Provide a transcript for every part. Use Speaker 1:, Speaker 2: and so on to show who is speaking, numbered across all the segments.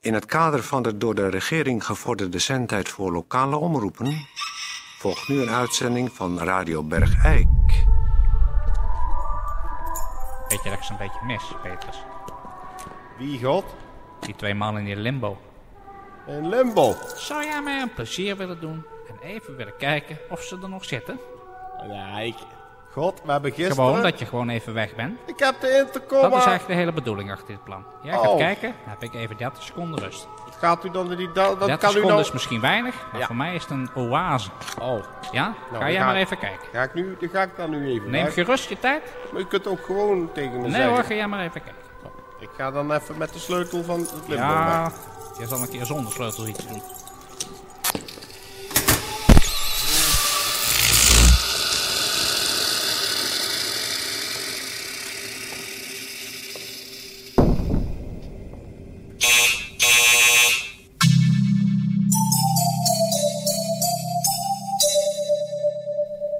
Speaker 1: In het kader van de door de regering gevorderde zendtijd voor lokale omroepen volgt nu een uitzending van Radio Bergijk.
Speaker 2: Weet je, dat is een beetje mis, Peters.
Speaker 3: Wie god?
Speaker 2: Die twee mannen in die limbo.
Speaker 3: En Limbo.
Speaker 2: Zou jij mij een plezier willen doen en even willen kijken of ze er nog zitten?
Speaker 3: Ja, ik... God, we hebben gisteren...
Speaker 2: Gewoon dat je gewoon even weg bent.
Speaker 3: Ik heb de intercom
Speaker 2: Dat is
Speaker 3: aan.
Speaker 2: eigenlijk de hele bedoeling achter dit plan. Jij gaat
Speaker 3: Oh.
Speaker 2: kijken, dan heb ik even 30 seconden rust.
Speaker 3: Gaat u dan die... Dat, dat
Speaker 2: 30
Speaker 3: kan u
Speaker 2: seconden
Speaker 3: nou...
Speaker 2: is dus- misschien weinig, maar
Speaker 3: Ja.
Speaker 2: voor mij is het een oase.
Speaker 3: Oh.
Speaker 2: Ja? ga
Speaker 3: dan
Speaker 2: jij
Speaker 3: ga
Speaker 2: maar
Speaker 3: ik-
Speaker 2: even kijken.
Speaker 3: Ga ik nu... Dan ga ik dan nu even.
Speaker 2: Neem
Speaker 3: hè?
Speaker 2: gerust je tijd.
Speaker 3: Maar u kunt ook gewoon tegen me
Speaker 2: Nee
Speaker 3: zeggen.
Speaker 2: hoor, ga jij maar even kijken.
Speaker 3: Ik ga dan even met de sleutel van het Limbo
Speaker 2: Ja,
Speaker 3: weg.
Speaker 2: je zal een keer zonder sleutels iets doen.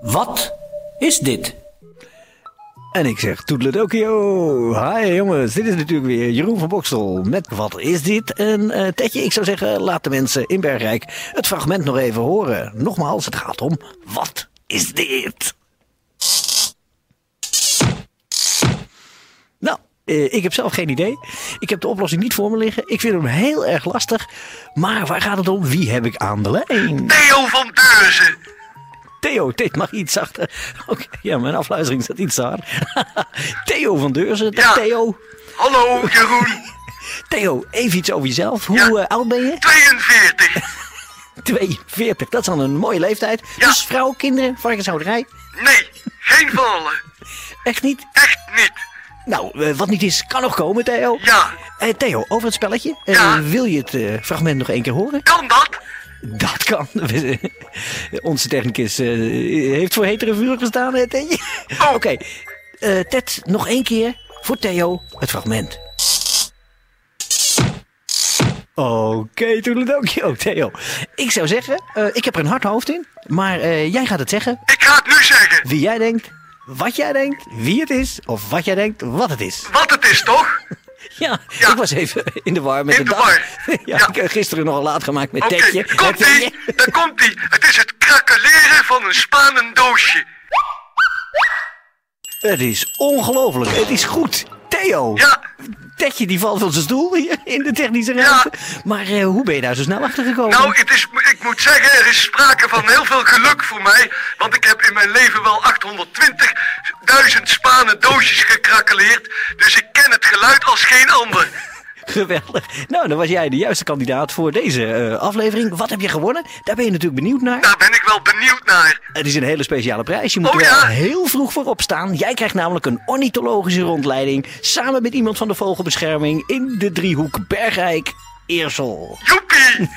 Speaker 4: Wat is dit?
Speaker 5: En ik zeg toedeledokie, hi jongens, dit is natuurlijk weer Jeroen van Boksel met Wat is dit? En eh, Tetje, ik zou zeggen, laat de mensen in Bergrijk het fragment nog even horen. Nogmaals, het gaat om Wat is dit? Nou, eh, ik heb zelf geen idee. Ik heb de oplossing niet voor me liggen. Ik vind hem heel erg lastig. Maar waar gaat het om? Wie heb ik aan de lijn?
Speaker 6: Theo van Deurzen.
Speaker 5: Theo, dit mag iets zachter. Oké, ja, mijn afluistering staat iets daar. Theo van Deurzen, dag
Speaker 6: Ja.
Speaker 5: Theo.
Speaker 6: Hallo Jeroen,
Speaker 5: Theo, even iets over jezelf. Hoe eh, oud ben je?
Speaker 6: 42.
Speaker 5: 42, dat is al een mooie leeftijd.
Speaker 6: Ja.
Speaker 5: Dus vrouw, kinderen, varkenshouderij?
Speaker 6: Nee, geen vallen.
Speaker 5: Echt niet?
Speaker 6: Echt niet.
Speaker 5: Nou, eh, wat niet is, kan nog komen, Theo.
Speaker 6: Ja.
Speaker 5: Eh, Theo, over het spelletje. Eh,
Speaker 6: Ja.
Speaker 5: wil je het eh, fragment nog één keer horen?
Speaker 6: Kan dat?
Speaker 5: Dat kan. Onze technicus eh, heeft voor hetere vuur gestaan, hè, Tedje? Oké, Eh, Ted, nog één keer voor Theo het fragment. Oké, toen het ook. Yo, Theo. Ik zou zeggen, eh, ik heb er een hard hoofd in, maar eh, jij gaat het zeggen.
Speaker 6: Ik ga het nu zeggen.
Speaker 5: Wie jij denkt, wat jij denkt, wie het is, of wat jij denkt, wat het is.
Speaker 6: Wat het is toch?
Speaker 5: Ja,
Speaker 6: Ja.
Speaker 5: ik was even in de war met
Speaker 6: In
Speaker 5: de,
Speaker 6: de
Speaker 5: dag.
Speaker 6: war.
Speaker 5: Ja,
Speaker 6: Ja.
Speaker 5: ik heb gisteren nogal laat gemaakt met
Speaker 6: Oké,
Speaker 5: Tedje.
Speaker 6: komt ie. Daar komt ie. Het is het krakeleren van een spanendoosje.
Speaker 5: Het is ongelooflijk. Het is goed. Theo.
Speaker 6: Ja.
Speaker 5: Tetje die valt van zijn stoel hier in de technische ruimte. Maar eh, hoe ben je daar zo snel achter gekomen?
Speaker 6: Nou, het is, ik moet zeggen, er is sprake van heel veel geluk voor mij. Want ik heb in mijn leven wel 820.000 spanen doosjes gekrakeleerd. Dus ik ken het geluid als geen ander.
Speaker 5: Geweldig. Nou, dan was jij de juiste kandidaat voor deze eh, aflevering. Wat heb je gewonnen? Daar ben je natuurlijk benieuwd naar.
Speaker 6: Daar ben ik wel benieuwd naar.
Speaker 5: Het is een hele speciale prijs. Je moet
Speaker 6: Nou. Oh,
Speaker 5: er wel
Speaker 6: ja?
Speaker 5: heel vroeg voor opstaan. Jij krijgt namelijk een ornithologische rondleiding. Samen met iemand van de vogelbescherming in de driehoek Bergrijk. Eersel.
Speaker 6: Joepie!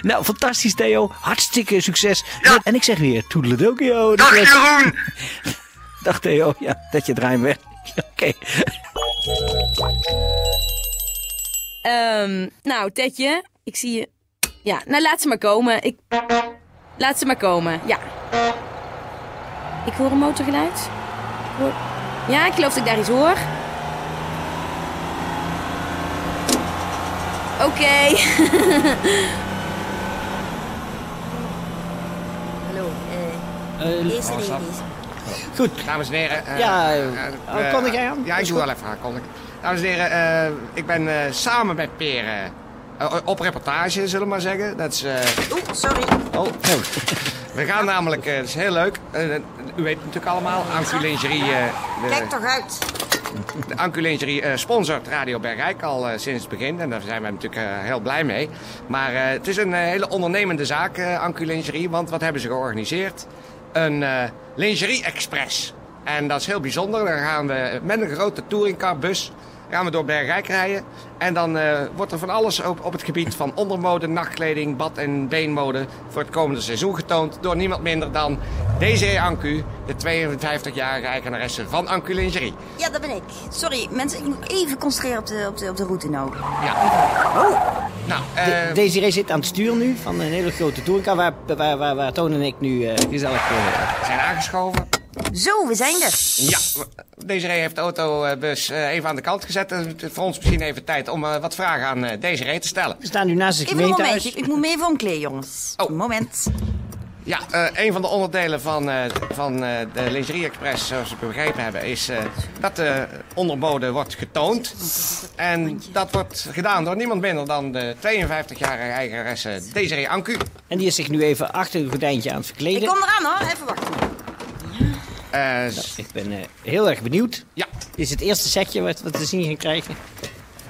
Speaker 5: Nou, fantastisch Theo. Hartstikke succes.
Speaker 6: Ja.
Speaker 5: En ik zeg weer, oh, toedeledokio. de
Speaker 6: Dag
Speaker 5: rest-
Speaker 6: Jeroen!
Speaker 5: Dag Theo, ja, dat je draait weg. Oké.
Speaker 7: Ehm, nou, Tetje, ik zie je. Ja, nou laat ze maar komen. Ik... Laat ze maar komen, ja. Ik hoor een motorgeluid. Ik hoor- Ja, ik geloof dat ik daar iets hoor. Oké.
Speaker 8: Hallo, eh, is er
Speaker 9: Stap.
Speaker 8: iets?
Speaker 9: Dames en heren. eh,
Speaker 5: Ja,
Speaker 9: eh,
Speaker 5: oh,
Speaker 9: eh,
Speaker 5: kondig jij aan?
Speaker 9: Ja, ik
Speaker 10: Dus
Speaker 5: Is
Speaker 9: doe
Speaker 5: goed.
Speaker 9: wel even aankondigen. Dames en heren, eh, ik ben eh, samen met Peren eh, op reportage, zullen we maar zeggen. Dat is, eh,
Speaker 8: Oeh, sorry.
Speaker 5: Oh, oh.
Speaker 9: we gaan namelijk, eh, dat is heel leuk. Eh, u weet het natuurlijk allemaal, Ancu Lingerie, eh,
Speaker 8: Kijk
Speaker 9: de,
Speaker 8: toch uit.
Speaker 9: de Ancu Lingerie eh, sponsort Radio Bergrijk al eh, sinds het begin. En daar zijn we natuurlijk eh, heel blij mee. Maar eh, het is een eh, hele ondernemende zaak, eh Ancu Lingerie. Want wat hebben ze georganiseerd? Een eh Lingerie Express. En dat is heel bijzonder. Dan gaan we met een grote touringcarbus gaan we door Bergrijk rijden. En dan eh, wordt er van alles op, op het gebied van ondermode, nachtkleding, bad- en beenmode... voor het komende seizoen getoond door niemand minder dan Desiree Ancu... de 52-jarige eigenaresse van Ancu Lingerie.
Speaker 8: Ja, dat ben ik. Sorry, mensen, ik moet even concentreren op de, op de, op de route nou.
Speaker 9: Ja.
Speaker 8: Oh.
Speaker 9: Nou, eh,
Speaker 4: Desiree zit aan het stuur nu van een hele grote touringcar waar, waar, waar, waar Toon en ik nu eh, gezellig... eh,
Speaker 9: we zijn aangeschoven.
Speaker 8: Zo, we zijn er.
Speaker 9: Ja, Desiree heeft de autobus eh, even aan de kant gezet. En het is voor ons misschien even tijd om eh, wat vragen aan eh, Desiree te stellen.
Speaker 10: We staan nu naast het
Speaker 8: Even een
Speaker 10: gemeentehuis.
Speaker 8: momentje. Ik moet me even omkleden, jongens.
Speaker 9: Oh.
Speaker 8: Moment.
Speaker 9: Ja, eh, een van de onderdelen van, eh, van eh, de Lingerie Express, zoals we begrepen hebben, is eh, dat de onderbode wordt getoond. En dat wordt gedaan door niemand minder dan de 52-jarige eigenaresse Desiree Ancu.
Speaker 10: En die is zich nu even achter het gordijntje aan het verkleden.
Speaker 8: Ik kom eraan hoor, even wachten.
Speaker 9: Eh,
Speaker 10: Ik ben eh, heel erg benieuwd.
Speaker 9: ja,
Speaker 10: Dit is het eerste setje wat we te zien gaan krijgen.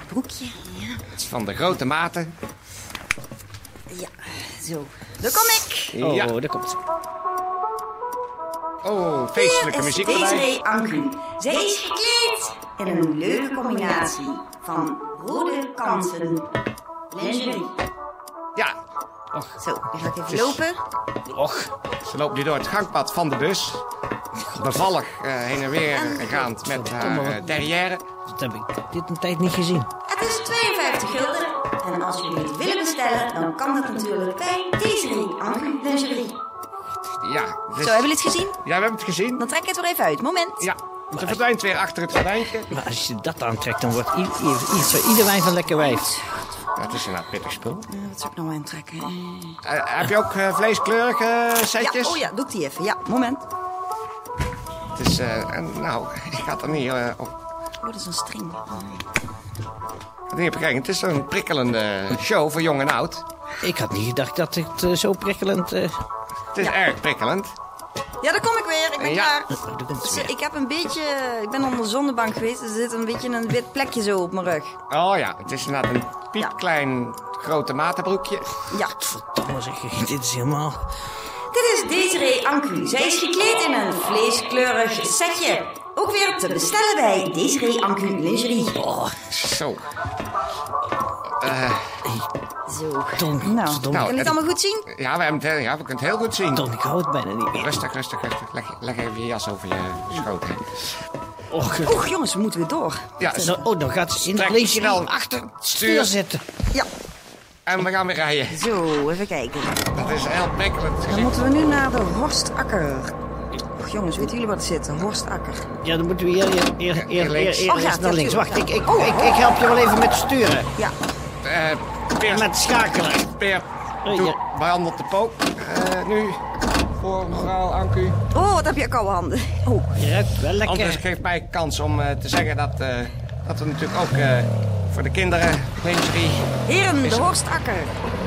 Speaker 8: Broekje. Ja,
Speaker 9: het is van de grote mate.
Speaker 8: ja. zo. Daar kom ik.
Speaker 10: Oh,
Speaker 9: Ja.
Speaker 10: daar komt ze.
Speaker 9: Oh,
Speaker 8: Hier
Speaker 9: feestelijke
Speaker 8: is
Speaker 9: muziek erbij.
Speaker 8: Desiree Anku. Zij is gekleed in een leuke combinatie van rode kanten. Lingerie.
Speaker 9: Ja,
Speaker 8: Zo, dan ga ik even lopen.
Speaker 10: Och,
Speaker 9: ze loopt nu door het gangpad van de bus. Bevallig eh, heen en weer gaand met haar eh, derrière.
Speaker 10: dat heb ik eh, dit een tijd niet gezien.
Speaker 8: Het is 52 gulden. En als jullie het willen bestellen, dan kan dat natuurlijk bij Desiree Anku Lingerie.
Speaker 9: Ja, dus-
Speaker 8: Zo, hebben jullie het gezien?
Speaker 9: ja, we hebben het gezien.
Speaker 8: Dan trek ik het weer even uit. Moment.
Speaker 9: Ja, ze verdwijnt weer achter het gordijntje.
Speaker 10: Maar als je dat aantrekt, dan wordt i- i- iets voor ieder wijn van lekker wijf.
Speaker 9: Dat is een pittig spul.
Speaker 8: Eh, Wat zou ik nou aantrekken?
Speaker 9: heb je ook eh, vleeskleurige setjes?
Speaker 8: Ja, oh ja, doe ik die even. Ja, moment.
Speaker 9: Het is, eh, en, nou, ik ga het er niet eh, op.
Speaker 8: Oh, dat is een string.
Speaker 9: niet op kijken. Het is een prikkelende show voor jong en oud.
Speaker 10: Ik had niet gedacht dat het eh, zo prikkelend... eh,
Speaker 9: Het is erg prikkelend.
Speaker 8: Ja, daar kom ik weer. Ik ben
Speaker 9: Ja.
Speaker 8: klaar.
Speaker 10: oh, daar bent ze
Speaker 8: Dus,
Speaker 10: weer.
Speaker 8: eh, Ik heb een beetje... Ik ben onder de zonnebank geweest. Dus er zit een beetje een wit plekje zo op mijn rug.
Speaker 9: Oh ja, het is inderdaad een piepklein grote matenbroekje.
Speaker 8: Ja.
Speaker 10: Verdomme zeg, dit is helemaal...
Speaker 8: Dit is Desiree Anku. Zij is gekleed in een vleeskleurig setje. Ook weer te bestellen bij Desiree Anku Lingerie. Oh,
Speaker 9: Zo.
Speaker 8: zo.
Speaker 10: Don,
Speaker 8: Nou,
Speaker 10: verdomme.
Speaker 8: kan je
Speaker 9: het-
Speaker 8: het allemaal goed zien?
Speaker 9: Ja, we, hebben het, heel- ja, we kunnen het heel goed zien.
Speaker 10: Don, ik hou het bijna niet meer.
Speaker 9: Rustig, rustig, rustig. Leg, leg even je jas over je schoot heen.
Speaker 10: Och, eh,
Speaker 8: Oeh, jongens, we moeten weer door.
Speaker 9: Ja,
Speaker 10: nou, oh, dan gaat ze in
Speaker 9: Trek
Speaker 10: het leesje
Speaker 9: snel
Speaker 10: achter het
Speaker 9: stuur.
Speaker 10: stuur zitten.
Speaker 8: Ja,
Speaker 9: en we gaan weer rijden.
Speaker 8: zo, even kijken.
Speaker 9: Dat is heel prikkelend.
Speaker 8: Dan moeten we nu naar de Horstakker. Och, jongens, weten jullie wat er zit? Een Horstakker.
Speaker 10: Ja, dan moeten we hier, hier, hier, hier, hier,
Speaker 9: links.
Speaker 10: hier
Speaker 8: Oh ja,
Speaker 10: eerst naar links.
Speaker 8: natuurlijk,
Speaker 10: Wacht,
Speaker 8: ja.
Speaker 10: ik, ik,
Speaker 8: Oh.
Speaker 10: ik, ik help je wel even met sturen.
Speaker 8: Ja,
Speaker 9: Eh,
Speaker 10: En
Speaker 9: Peer,
Speaker 10: met schakelen. Oh,
Speaker 9: Peer, doe, behandelt de pook. Eh, nu voor mevrouw Anku.
Speaker 8: Oh, wat heb je koude handen. Oh,
Speaker 10: Je ruikt wel
Speaker 9: Anders
Speaker 10: lekker.
Speaker 9: geeft mij kans om eh, te zeggen dat, eh, dat we natuurlijk ook eh, voor de kinderen, lingerie...
Speaker 8: heren, de Horstakker.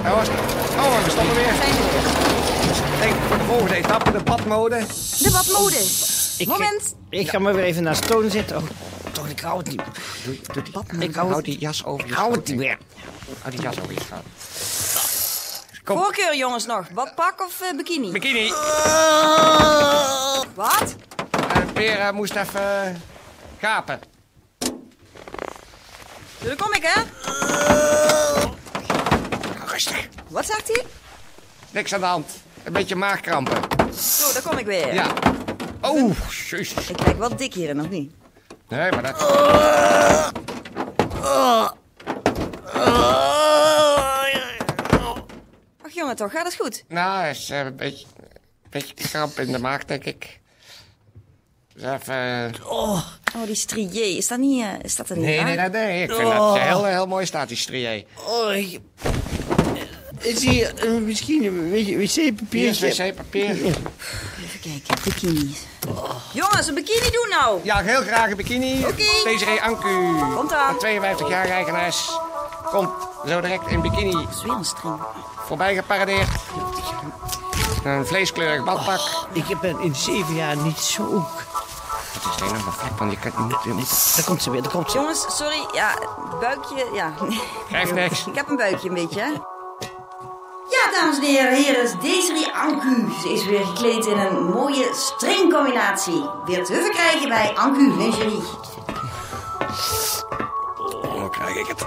Speaker 9: Eh, was- Oh, we stonden weer.
Speaker 8: Zijn we weer.
Speaker 9: Ik Denk voor de volgende etappe, de badmode.
Speaker 8: De badmode. Moment.
Speaker 10: Ik ga maar weer even naast Toon zitten. Oh, Toon, ik hou het niet.
Speaker 9: Doe, doe die,
Speaker 10: Ik hou het,
Speaker 9: die jas over
Speaker 10: ik
Speaker 9: je
Speaker 10: hou
Speaker 9: schoot
Speaker 10: het niet
Speaker 9: heen.
Speaker 10: meer.
Speaker 9: Hou die jas over je schoot. Kom.
Speaker 8: Voorkeur, jongens, nog. Badpak of eh, bikini?
Speaker 9: Bikini.
Speaker 8: Wat?
Speaker 9: Eh Peer eh, moest even eh, gapen.
Speaker 8: Daar kom ik, hè?
Speaker 9: Rustig.
Speaker 8: Wat zegt hij?
Speaker 9: Niks aan de hand. Een beetje maagkrampen.
Speaker 8: Zo, daar kom ik weer.
Speaker 9: Ja. Oh, jezus.
Speaker 8: Ik lijk wel dik hierin, of niet?
Speaker 9: Nee, maar dat...
Speaker 8: Ach, jongen, toch? Gaat het goed?
Speaker 9: Nou, hij is eh, een beetje, een beetje kramp in de maag, denk ik. Dus even... eh,
Speaker 8: Oh, die strié. Is dat niet... eh, is dat er niet
Speaker 9: Nee,
Speaker 8: aan?
Speaker 9: nee, nee, nee. Ik vind
Speaker 8: Oh.
Speaker 9: dat heel, heel mooi staat, die strié.
Speaker 10: Oh, ik... Is hier eh, misschien een beetje
Speaker 9: Hier is
Speaker 10: wc-papiertje?
Speaker 9: wc-papier.
Speaker 8: Even kijken, bikini. Jongens, een bikini doen nou!
Speaker 9: Ja, heel graag een bikini.
Speaker 8: Oké.
Speaker 9: Desiree Anku.
Speaker 8: Komt aan.
Speaker 9: Een 52 jaar eigenaars. Komt zo direct in bikini
Speaker 8: Dat is weer een string.
Speaker 9: voorbij geparadeerd. Een vleeskleurig badpak.
Speaker 10: Ik ben in zeven jaar niet zo...
Speaker 9: Het is alleen nog maar flap, want je kan niet... je moet-
Speaker 10: Daar komt ze weer, daar komt ze.
Speaker 8: Jongens, sorry. Ja, buikje... Ja.
Speaker 9: Geeft niks.
Speaker 8: Ik heb een buikje een beetje, hè? Ja, dames en heren, hier is Desiree Anku. Ze is weer gekleed in een mooie stringcombinatie. Weer te verkrijgen bij Anku Lingerie.
Speaker 9: Oh, krijg ik het.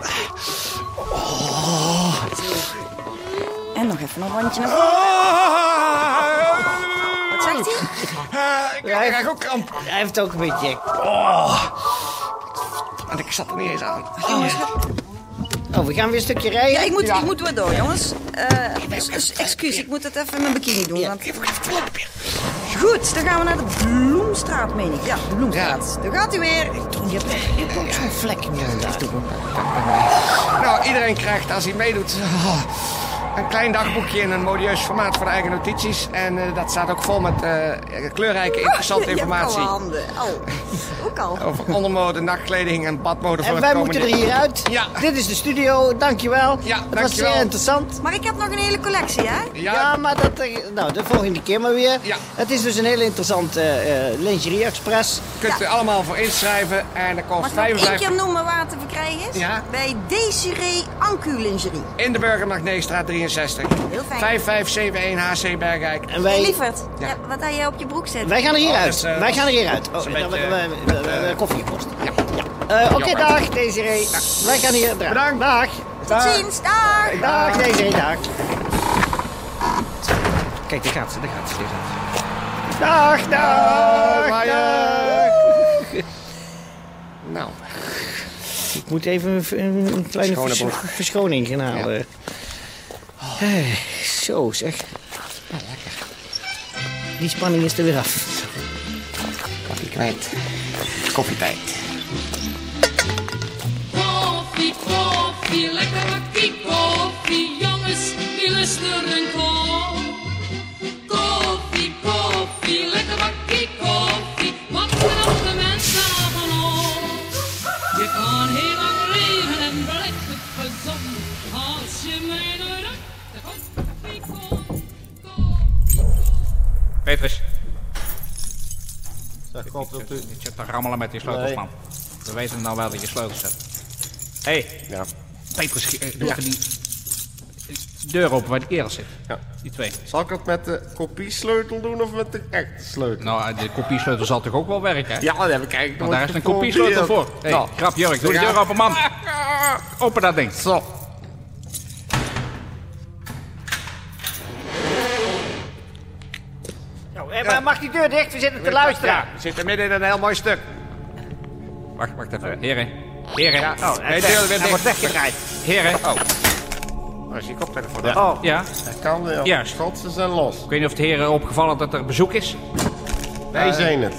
Speaker 8: En nog even een rondje naar
Speaker 9: Oh. Ah!
Speaker 8: Wat zegt hij?
Speaker 9: Ah, ik krijg ook kramp.
Speaker 10: Hij heeft ook een beetje...
Speaker 9: Oh. Want ik zat er niet eens aan.
Speaker 10: Oh, we gaan weer een stukje rijden.
Speaker 8: Ja, ik moet, ik moet weer door, jongens. Eh, s- s- excuus, ik moet het even in mijn bikini doen. Want...
Speaker 9: Even, even, even, even.
Speaker 8: Goed, dan gaan we naar de Bloemstraat, meen ik. Ja, de Bloemstraat. Daar gaat u weer. Je hebt ook zo'n vlek meer
Speaker 9: Nou, iedereen krijgt als hij meedoet oh, een klein dagboekje in een modieus formaat voor de eigen notities. En eh, dat staat ook vol met eh, kleurrijke, interessante informatie. Oh.
Speaker 8: handen. Al. Ook al.
Speaker 9: Over ondermode, nachtkleding en badmode
Speaker 10: En
Speaker 9: voor het
Speaker 10: wij
Speaker 9: komende
Speaker 10: moeten er
Speaker 9: jaar.
Speaker 10: hieruit.
Speaker 9: Ja.
Speaker 10: Dit is de studio, dankjewel.
Speaker 9: Ja,
Speaker 10: Het was
Speaker 9: dankjewel.
Speaker 10: zeer interessant.
Speaker 8: Maar ik heb nog een hele collectie, hè?
Speaker 9: Ja,
Speaker 10: Ja, maar dat, eh, nou, de volgende keer maar weer.
Speaker 9: Ja.
Speaker 10: Het is dus een heel interessant eh, eh, lingerie express.
Speaker 9: kunt u allemaal voor inschrijven. En dat kost
Speaker 8: Mag ik nog één
Speaker 9: 55
Speaker 8: keer noemen waar het te verkrijgen is?
Speaker 9: Ja.
Speaker 8: Bij Desiree Ancu Lingerie.
Speaker 9: in de Burgermagneestraat 63.
Speaker 8: Heel fijn.
Speaker 9: 5571 HC Bergrijk.
Speaker 10: En
Speaker 8: Hey,
Speaker 10: wij,
Speaker 8: lieverd,
Speaker 9: Ja.
Speaker 8: ja, wat had jij op je broek zet?
Speaker 10: wij gaan er
Speaker 9: Oh,
Speaker 10: hieruit.
Speaker 9: dat is, eh,
Speaker 10: wij gaan er hieruit.
Speaker 9: dat
Speaker 10: Oh,
Speaker 9: is een beetje,
Speaker 10: eh, eh, eh, eh, koffiepost. Ja. Eh, Oké,
Speaker 9: Jammer.
Speaker 10: dag Desiree. Wij gaan hier. Bedankt. Dag.
Speaker 8: Tot ziens, dag!
Speaker 10: Dag Desiree, dag.
Speaker 9: Kijk, daar gaat ze, daar gaat ze liggen.
Speaker 10: Dag, dag.
Speaker 9: Nou,
Speaker 10: Ik moet even een, een- een kleine
Speaker 9: Schone
Speaker 10: vers-
Speaker 9: broek.
Speaker 10: verschoning gaan halen. Hey, zo zeg. Die spanning is er weer af.
Speaker 9: koffie kwijt. Koffietijd.
Speaker 11: Koffie, koffie, lekker bakkie koffie. Jongens, die luisteren kom. Koffie, koffie, lekker bakkie koffie. Wat verandert de mensen van ons? Je kan heel lang leven en blijft gezond. Als je mij nou raakt, dan komt koffie, koffie, koffie.
Speaker 2: Petrus,
Speaker 3: Zeg, God, dat u...
Speaker 2: niet zit te rammelen met die sleutels,
Speaker 3: Nee.
Speaker 2: man. We weten nou wel dat je sleutels hebt. Hé, hey,
Speaker 3: Ja.
Speaker 2: Petrus, eh, doe even die deur open waar die kerel zit.
Speaker 3: Ja.
Speaker 2: Die twee.
Speaker 3: Zal ik het met de kopiesleutel doen of met de echte sleutel?
Speaker 2: Nou, eh, de kopiesleutel zal toch ook wel werken, hè?
Speaker 3: Ja, dat heb ik eigenlijk
Speaker 2: Want
Speaker 3: nooit
Speaker 2: daar is een
Speaker 3: geprobeerd.
Speaker 2: kopiesleutel voor. Hé, hey,
Speaker 3: Nou,
Speaker 2: krap Jurk, doe de
Speaker 3: Ja.
Speaker 2: deur open, man. Open dat ding.
Speaker 3: Zo.
Speaker 10: Nou, eh, maar mag die deur dicht? We zitten te luisteren.
Speaker 9: Ja, we zitten midden in een heel mooi stuk.
Speaker 2: Wacht, wacht even. Heren. Heren.
Speaker 9: Ja,
Speaker 2: Oh,
Speaker 9: nee, de deur weer dicht.
Speaker 2: heren.
Speaker 9: Oh. Oh, is die koptelefoon
Speaker 10: Oh,
Speaker 2: Ja,
Speaker 3: Dat kan wel.
Speaker 2: Ja.
Speaker 3: Schatsen zijn los.
Speaker 2: ik weet niet of het heren opgevallen dat er bezoek is.
Speaker 3: Wij zijn het.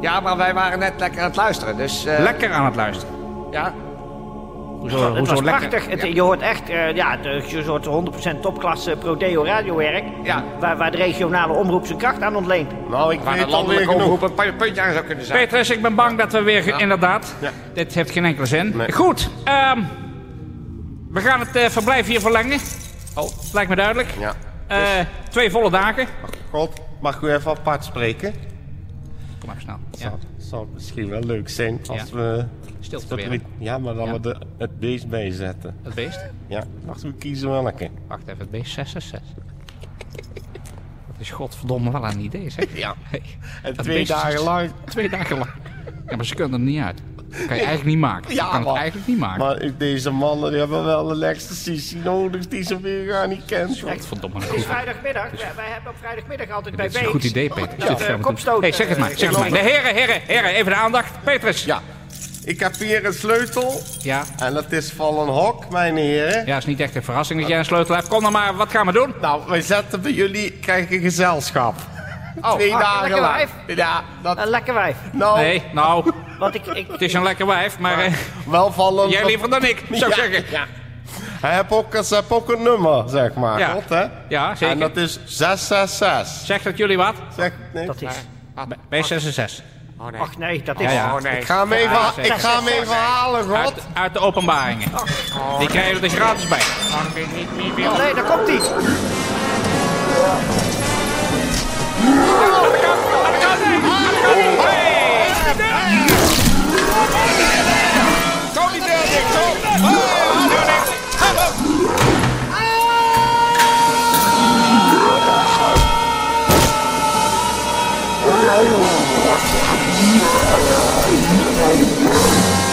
Speaker 9: Ja, maar wij waren net lekker aan het luisteren, dus... eh,
Speaker 2: Lekker aan het luisteren.
Speaker 9: Ja,
Speaker 2: Hoezo,
Speaker 10: het was
Speaker 2: hoezo lekker?
Speaker 10: prachtig. Het- Je hoort echt eh, ja, het is een soort 100% topklasse Prodeo radiowerk.
Speaker 9: Ja.
Speaker 10: Waar, waar de regionale omroep zijn kracht aan ontleent.
Speaker 3: Nou, ik
Speaker 9: waar
Speaker 3: weet alweer
Speaker 9: het landelijk
Speaker 3: genoeg.
Speaker 9: omroep een pu- puntje aan zou kunnen zijn.
Speaker 2: Petrus, ik ben bang dat we weer... ge- Inderdaad,
Speaker 3: Ja.
Speaker 2: dit heeft geen enkele zin.
Speaker 3: Nee.
Speaker 2: Goed, ehm, we gaan het eh, verblijf hier verlengen. Oh. Lijkt me duidelijk.
Speaker 3: Ja. Dus- Oh,
Speaker 2: Eh, twee volle dagen.
Speaker 3: God, mag u even apart spreken?
Speaker 2: Kom maar snel. Ja.
Speaker 3: Zou, zou het misschien wel leuk zijn als
Speaker 2: Ja.
Speaker 3: we...
Speaker 2: Stilte
Speaker 3: dat
Speaker 2: weer.
Speaker 3: we- Ja, maar dan
Speaker 2: Ja.
Speaker 3: we de, het beest bijzetten.
Speaker 2: Het beest.
Speaker 3: Ja, mag u kiezen welke?
Speaker 2: Wacht even, het beest 666. Dat is godverdomme wel een idee, zeg.
Speaker 3: Ja.
Speaker 2: Hey,
Speaker 3: En
Speaker 2: dat
Speaker 3: twee
Speaker 2: beest is- dus
Speaker 3: dagen lang.
Speaker 2: Twee dagen lang. Ja, maar ze kunnen het niet uit. Dat kan je eigenlijk niet maken.
Speaker 3: Ja,
Speaker 2: je kan
Speaker 3: man.
Speaker 2: het eigenlijk niet maken.
Speaker 3: Maar deze mannen die hebben wel een ecstasy nodig die ze weer gaan niet kent.
Speaker 2: Godverdomme.
Speaker 10: Het is vrijdagmiddag. Wij, wij hebben op vrijdagmiddag altijd bij
Speaker 2: Dat is een
Speaker 10: Beeks.
Speaker 2: goed idee, Petrus.
Speaker 10: Dat, eh, kopstoot,
Speaker 2: hey, zeg het
Speaker 10: eh,
Speaker 2: maar, zeg het maar. De heren, heren, heren, even de aandacht. Petrus.
Speaker 3: Ja. Ik heb hier een sleutel.
Speaker 2: Ja.
Speaker 3: En dat is van een hok, mijn heren.
Speaker 2: Ja, is niet echt een verrassing dat jij een sleutel hebt. Kom dan maar, wat gaan we doen?
Speaker 3: Nou, wij zetten bij jullie, krijg een gezelschap.
Speaker 2: Oh,
Speaker 3: Twee
Speaker 10: ah,
Speaker 3: dagen
Speaker 10: lekker
Speaker 3: lang.
Speaker 10: wijf.
Speaker 3: Ja, dat...
Speaker 10: Een lekker wijf.
Speaker 3: Nou,
Speaker 2: Nee, nou,
Speaker 10: Want ik, ik,
Speaker 2: het is een lekker wijf, maar eh,
Speaker 3: wel van een...
Speaker 2: jij liever dan ik, zou ik
Speaker 3: Ja,
Speaker 2: zeggen.
Speaker 3: Ja. Hij heeft ook, ze hebben ook een nummer, zeg maar.
Speaker 2: Ja.
Speaker 3: God, hè?
Speaker 2: Ja, zeker.
Speaker 3: En dat is 666.
Speaker 2: Zeg dat jullie wat?
Speaker 3: Zeg, nee.
Speaker 10: dat is...
Speaker 2: B66.
Speaker 10: Ach nee, dat is...
Speaker 2: Ja, ja.
Speaker 9: Oh nee.
Speaker 3: Ik ga hem even,
Speaker 2: Ja,
Speaker 3: ik ga hem even halen, God.
Speaker 2: Uit, uit de openbaringen. Die krijgen er dus gratis bij.
Speaker 10: Oh, nee, daar komt ie.
Speaker 3: Hé,